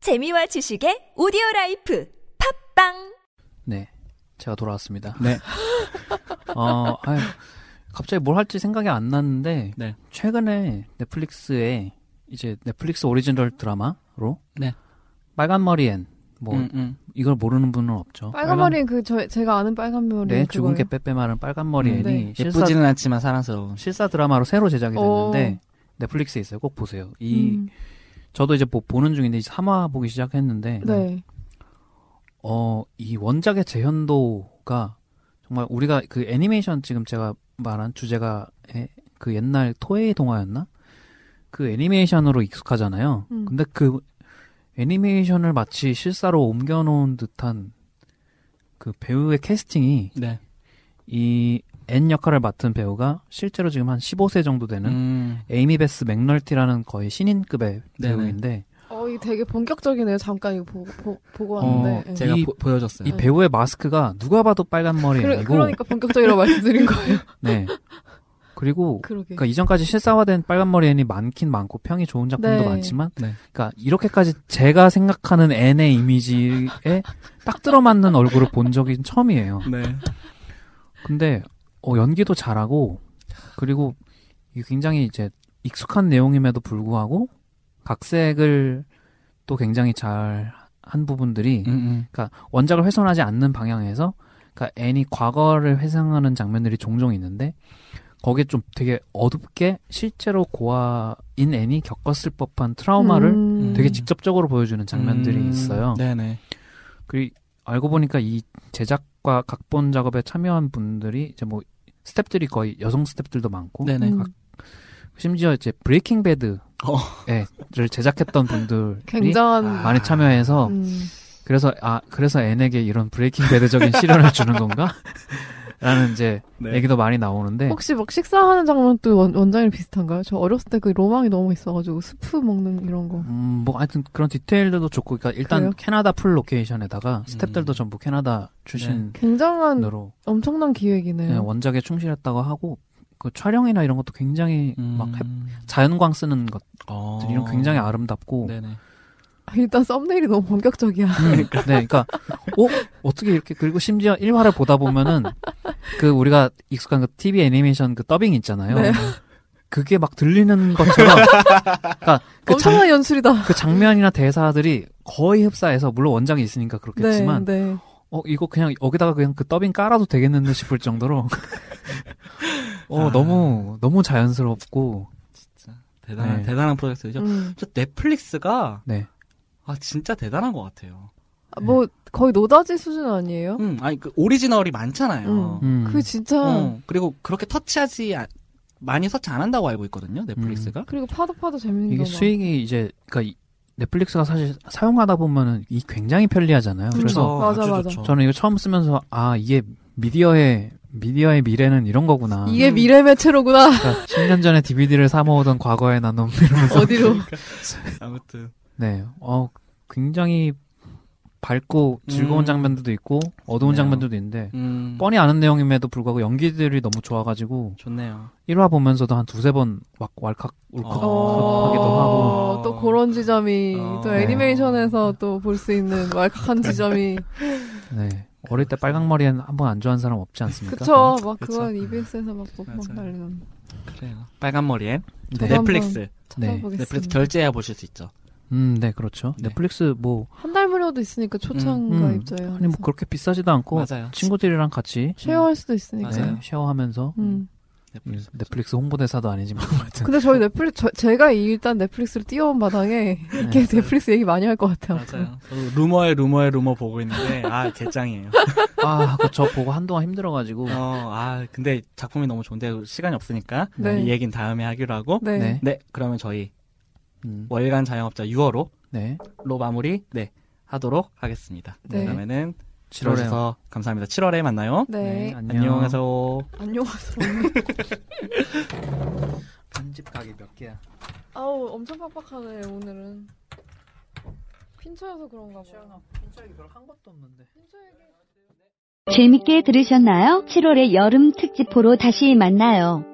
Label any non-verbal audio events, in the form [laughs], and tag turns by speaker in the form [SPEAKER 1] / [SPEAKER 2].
[SPEAKER 1] 재미와 지식의 오디오 라이프 팝빵
[SPEAKER 2] 네, 제가 돌아왔습니다.
[SPEAKER 3] 네.
[SPEAKER 2] [laughs] 어, 아유, 갑자기 뭘 할지 생각이 안 났는데
[SPEAKER 3] 네.
[SPEAKER 2] 최근에 넷플릭스에 이제 넷플릭스 오리지널 드라마로
[SPEAKER 3] 네.
[SPEAKER 2] 빨간 머리엔 뭐
[SPEAKER 3] 음, 음.
[SPEAKER 2] 이걸 모르는 분은 없죠.
[SPEAKER 4] 빨간 머리 그 저, 제가 아는 빨간 머리
[SPEAKER 2] 네, 죽은 게 빼빼마른 빨간 머리엔이
[SPEAKER 4] 음, 네.
[SPEAKER 2] 실사
[SPEAKER 3] 예쁘지는 않지만 사랑스러운.
[SPEAKER 2] 실사 드라마로 새로 제작이
[SPEAKER 4] 어.
[SPEAKER 2] 됐는데 넷플릭스에 있어요. 꼭 보세요. 이
[SPEAKER 4] 음.
[SPEAKER 2] 저도 이제 뭐 보는 중인데 이제 3화 보기 시작했는데
[SPEAKER 4] 네.
[SPEAKER 2] 어, 이 원작의 재현도가 정말 우리가 그 애니메이션 지금 제가 말한 주제가 에- 그 옛날 토ei 동화였나? 그 애니메이션으로 익숙하잖아요.
[SPEAKER 4] 음.
[SPEAKER 2] 근데 그 애니메이션을 마치 실사로 옮겨놓은 듯한 그 배우의 캐스팅이
[SPEAKER 3] 네.
[SPEAKER 2] 이 앤 역할을 맡은 배우가 실제로 지금 한 15세 정도 되는
[SPEAKER 3] 음.
[SPEAKER 2] 에이미 베스 맥널티라는 거의 신인급의
[SPEAKER 3] 네네.
[SPEAKER 2] 배우인데
[SPEAKER 4] 어, 이거 되게 본격적이네요. 잠깐 이거 보, 보, 보고
[SPEAKER 2] 어,
[SPEAKER 4] 왔는데. 예.
[SPEAKER 3] 제가
[SPEAKER 2] 이-
[SPEAKER 3] 보, 여줬어요
[SPEAKER 2] 이 배우의 마스크가 누가 봐도 빨간 머리
[SPEAKER 4] 그러,
[SPEAKER 2] 아니고
[SPEAKER 4] 그러니까 본격적이라고 [laughs] 말씀드린 거예요.
[SPEAKER 2] 네. 그리고
[SPEAKER 4] 그러게.
[SPEAKER 2] 그러니까 이전까지 실사화된 빨간머리 앤이 많긴 많고 평이 좋은 작품도
[SPEAKER 4] 네.
[SPEAKER 2] 많지만
[SPEAKER 3] 네.
[SPEAKER 2] 그러니까 이렇게까지 제가 생각하는 앤의 이미지에 딱 들어맞는 얼굴을 본 적이 처음이에요.
[SPEAKER 3] 네.
[SPEAKER 2] 근데 어, 연기도 잘하고 그리고 이게 굉장히 이제 익숙한 내용임에도 불구하고 각색을 또 굉장히 잘 한 부분들이
[SPEAKER 3] 음, 음.
[SPEAKER 2] 그러니까 원작을 훼손하지 않는 방향에서 그러니까 애니 과거를 회상하는 장면들이 종종 있는데 거기에 좀 되게 어둡게 실제로 고아인 애니 겪었을 법한 트라우마를
[SPEAKER 4] 음.
[SPEAKER 2] 되게 직접적으로 보여주는 장면들이
[SPEAKER 3] 음,
[SPEAKER 2] 있어요.
[SPEAKER 3] 네네.
[SPEAKER 2] 그리고 알고 보니까 이 제작과 각본 작업에 참여한 분들이 이제 뭐 스탭들이 거의 여성 스탭들도 많고
[SPEAKER 3] 네네.
[SPEAKER 4] 음.
[SPEAKER 2] 심지어 이제 브레이킹 배드를
[SPEAKER 3] 어.
[SPEAKER 2] 제작했던 분들이
[SPEAKER 4] 굉장한
[SPEAKER 3] 아,
[SPEAKER 2] 많이 참여해서
[SPEAKER 4] 음.
[SPEAKER 2] 그래서 아 그래서 N에게 이런 브레이킹 배드적인
[SPEAKER 3] [laughs]
[SPEAKER 2] 시련을 주는 건가? 라는 이제
[SPEAKER 3] 네.
[SPEAKER 2] 얘기도 많이 나오는데
[SPEAKER 4] 혹시 막 식사하는 장면도 원, 원장이랑 비슷한가요? 저 어렸을 때 그 로망이 너무 있어가지고 스프 먹는 이런 거.
[SPEAKER 2] 음뭐 하여튼 그런 디테일들도 좋고 그러니까 일단
[SPEAKER 4] 그래요?
[SPEAKER 2] 캐나다 풀 로케이션에다가 스탭들도
[SPEAKER 3] 음. 네.
[SPEAKER 2] 전부 캐나다 출신으로
[SPEAKER 4] 굉장한 엄청난 기획이네요.
[SPEAKER 2] 네, 원작에 충실했다고 하고 그 촬영이나 이런 것도 굉장히 막 해- 자연광 쓰는 것들이
[SPEAKER 3] 음. 어.
[SPEAKER 2] 런 굉장히 아름답고 네,
[SPEAKER 3] 네네.
[SPEAKER 4] 일단 썸네일이 너무 본격적이야.
[SPEAKER 2] 그러니까 어 어떻게 이렇게 그리고 심지어 1화를 보다 보면은 그 우리가 익숙한 그 TV 애니메이션 그 더빙 있잖아요.
[SPEAKER 4] 네.
[SPEAKER 2] 그게 막 들리는 것처럼 그러니까 그, 장,
[SPEAKER 4] 엄청난 연출이다.
[SPEAKER 2] 그 장면이나 대사들이 거의 흡사해서 물론 원작이 있으니까 그렇겠지만
[SPEAKER 4] 네, 네.
[SPEAKER 2] 어 이거 그냥 여기다가 그냥 그 더빙 깔아도 되겠는데 싶을 정도로 어
[SPEAKER 3] 아.
[SPEAKER 2] 너무 너무 자연스럽고
[SPEAKER 3] 대단한,
[SPEAKER 2] 네.
[SPEAKER 3] 대단한 프로젝트죠.
[SPEAKER 4] 음.
[SPEAKER 3] 저 넷플릭스가,
[SPEAKER 2] 네.
[SPEAKER 3] 아, 진짜 대단한 것 같아요.
[SPEAKER 4] 아, 뭐 거의 노다지 수준 아니에요?
[SPEAKER 3] 음, 아니, 그 오리지널이 많잖아요.
[SPEAKER 4] 어? 음.
[SPEAKER 2] 음.
[SPEAKER 4] 그 진짜
[SPEAKER 3] 어, 그리고 그렇게 터치하지, 않- 많이 터치 안 한다고 알고 있거든요, 넷플릭스가.
[SPEAKER 2] 음.
[SPEAKER 4] 그리고 파도 파도 재밌는
[SPEAKER 2] 이게
[SPEAKER 4] 거
[SPEAKER 2] 수익이 이제 그러니까 이- 넷플릭스가 사실 사용하다 보면은 이 굉장히 편리하잖아요.
[SPEAKER 3] 그쵸.
[SPEAKER 2] 래서
[SPEAKER 4] 맞아,
[SPEAKER 3] 아주
[SPEAKER 4] 맞아.
[SPEAKER 3] 좋죠.
[SPEAKER 2] 저는 이거 처음 쓰면서 아 이게 미디어의 미디어의 미래는 이런 거구나.
[SPEAKER 4] 막. 이게 미래 매체로구나.
[SPEAKER 2] 그러니까 10년 전에 DVD를 사 모으던 과거의
[SPEAKER 4] [laughs]
[SPEAKER 2] 나눔 이러면서 그러니까.
[SPEAKER 4] 어디로?
[SPEAKER 3] 아무튼.
[SPEAKER 2] 네. 어, 굉장히 밝고 즐거운
[SPEAKER 3] 음.
[SPEAKER 2] 장면들도 있고 어두운
[SPEAKER 3] 좋네요.
[SPEAKER 2] 장면들도 있는데
[SPEAKER 3] 음.
[SPEAKER 2] 뻔히 아는 내용임에도 불구하고 연기들이 너무 좋아가지고
[SPEAKER 3] 좋네요.
[SPEAKER 2] 1화 보면서도 한 두세 번 막 왈칵 울컥
[SPEAKER 3] 어.
[SPEAKER 2] 하기도 하고 아.
[SPEAKER 4] 어, 또 그런 지점이
[SPEAKER 3] 어.
[SPEAKER 4] 또 애니메이션에서 또 볼 수 있는 왈칵한
[SPEAKER 2] [laughs]
[SPEAKER 4] 지점이
[SPEAKER 2] 네. 어릴 때 빨강 머리엔 한 번 안 좋아한 사람 없지 않습니까?
[SPEAKER 4] 그쵸 막
[SPEAKER 3] 그쵸.
[SPEAKER 4] 그건 EBS에서 막
[SPEAKER 3] 맞아요.
[SPEAKER 4] 먹방 날리는
[SPEAKER 3] 그래요. 빨간 머리엔
[SPEAKER 2] 네.
[SPEAKER 4] 저도-
[SPEAKER 3] 넷플릭스.
[SPEAKER 2] 네.
[SPEAKER 4] 찾아보겠습니다.
[SPEAKER 3] 넷플릭스 결제해 보실 수 있죠.
[SPEAKER 2] 음, 네, 그렇죠.
[SPEAKER 3] 네.
[SPEAKER 2] 넷플릭스 뭐
[SPEAKER 4] 한 달 무료도 있으니까 초창
[SPEAKER 2] 음, 음.
[SPEAKER 4] 가입자예요.
[SPEAKER 2] 아니 뭐
[SPEAKER 4] 그래서.
[SPEAKER 2] 그렇게 비싸지도 않고
[SPEAKER 4] 음.
[SPEAKER 3] 맞아요.
[SPEAKER 2] 친구들이랑 같이
[SPEAKER 4] 쉐어할 수도 있으니까.
[SPEAKER 2] 네,
[SPEAKER 3] 맞아요.
[SPEAKER 2] 쉐어하면서
[SPEAKER 4] 음.
[SPEAKER 3] 넷플릭스.
[SPEAKER 2] 넷플릭스 홍보대사도
[SPEAKER 3] [laughs]
[SPEAKER 2] 아니지만 아무튼
[SPEAKER 4] 근데 저희 넷플릭스 저- 제가 이- 일단 넷플릭스를 띄워온 마당에 이렇게
[SPEAKER 2] 네.
[SPEAKER 4] 넷플릭스 얘기 많이 할 것 같아요.
[SPEAKER 3] 맞아요. 저도 루머에 루머에 루머 보고 있는데 아
[SPEAKER 4] [laughs]
[SPEAKER 3] 개짱이에요.
[SPEAKER 2] 아, 그저 보고 한동안
[SPEAKER 4] 네.
[SPEAKER 2] 힘들어가지고
[SPEAKER 3] 어아 근데 작품이 너무 좋은데 시간이 없으니까
[SPEAKER 4] 네.
[SPEAKER 3] 이 얘긴 다음에 하기로 하고.
[SPEAKER 4] 네.
[SPEAKER 2] 네.
[SPEAKER 3] 네 그러면 저희
[SPEAKER 2] 음,
[SPEAKER 3] 월간 자영업자 6월호로
[SPEAKER 2] 네.
[SPEAKER 3] 마무리 네 하도록 하겠습니다.
[SPEAKER 4] 네.
[SPEAKER 3] 그러면은
[SPEAKER 2] 7월에
[SPEAKER 3] 들어주셔서 감사합니다. 7월에 만나요.
[SPEAKER 4] 네. 네.
[SPEAKER 3] 안녕하세요.
[SPEAKER 4] 안녕하세요.
[SPEAKER 2] 편집 가게 몇 개야?
[SPEAKER 4] 아우 엄청 빡빡하네 오늘은 핀처여서 그런가 봐요
[SPEAKER 2] 편집이 별로 한 것도 없는데.
[SPEAKER 4] 핀처 얘기
[SPEAKER 5] 재밌게 들으셨나요? 7월의 여름 특집호로 다시 만나요.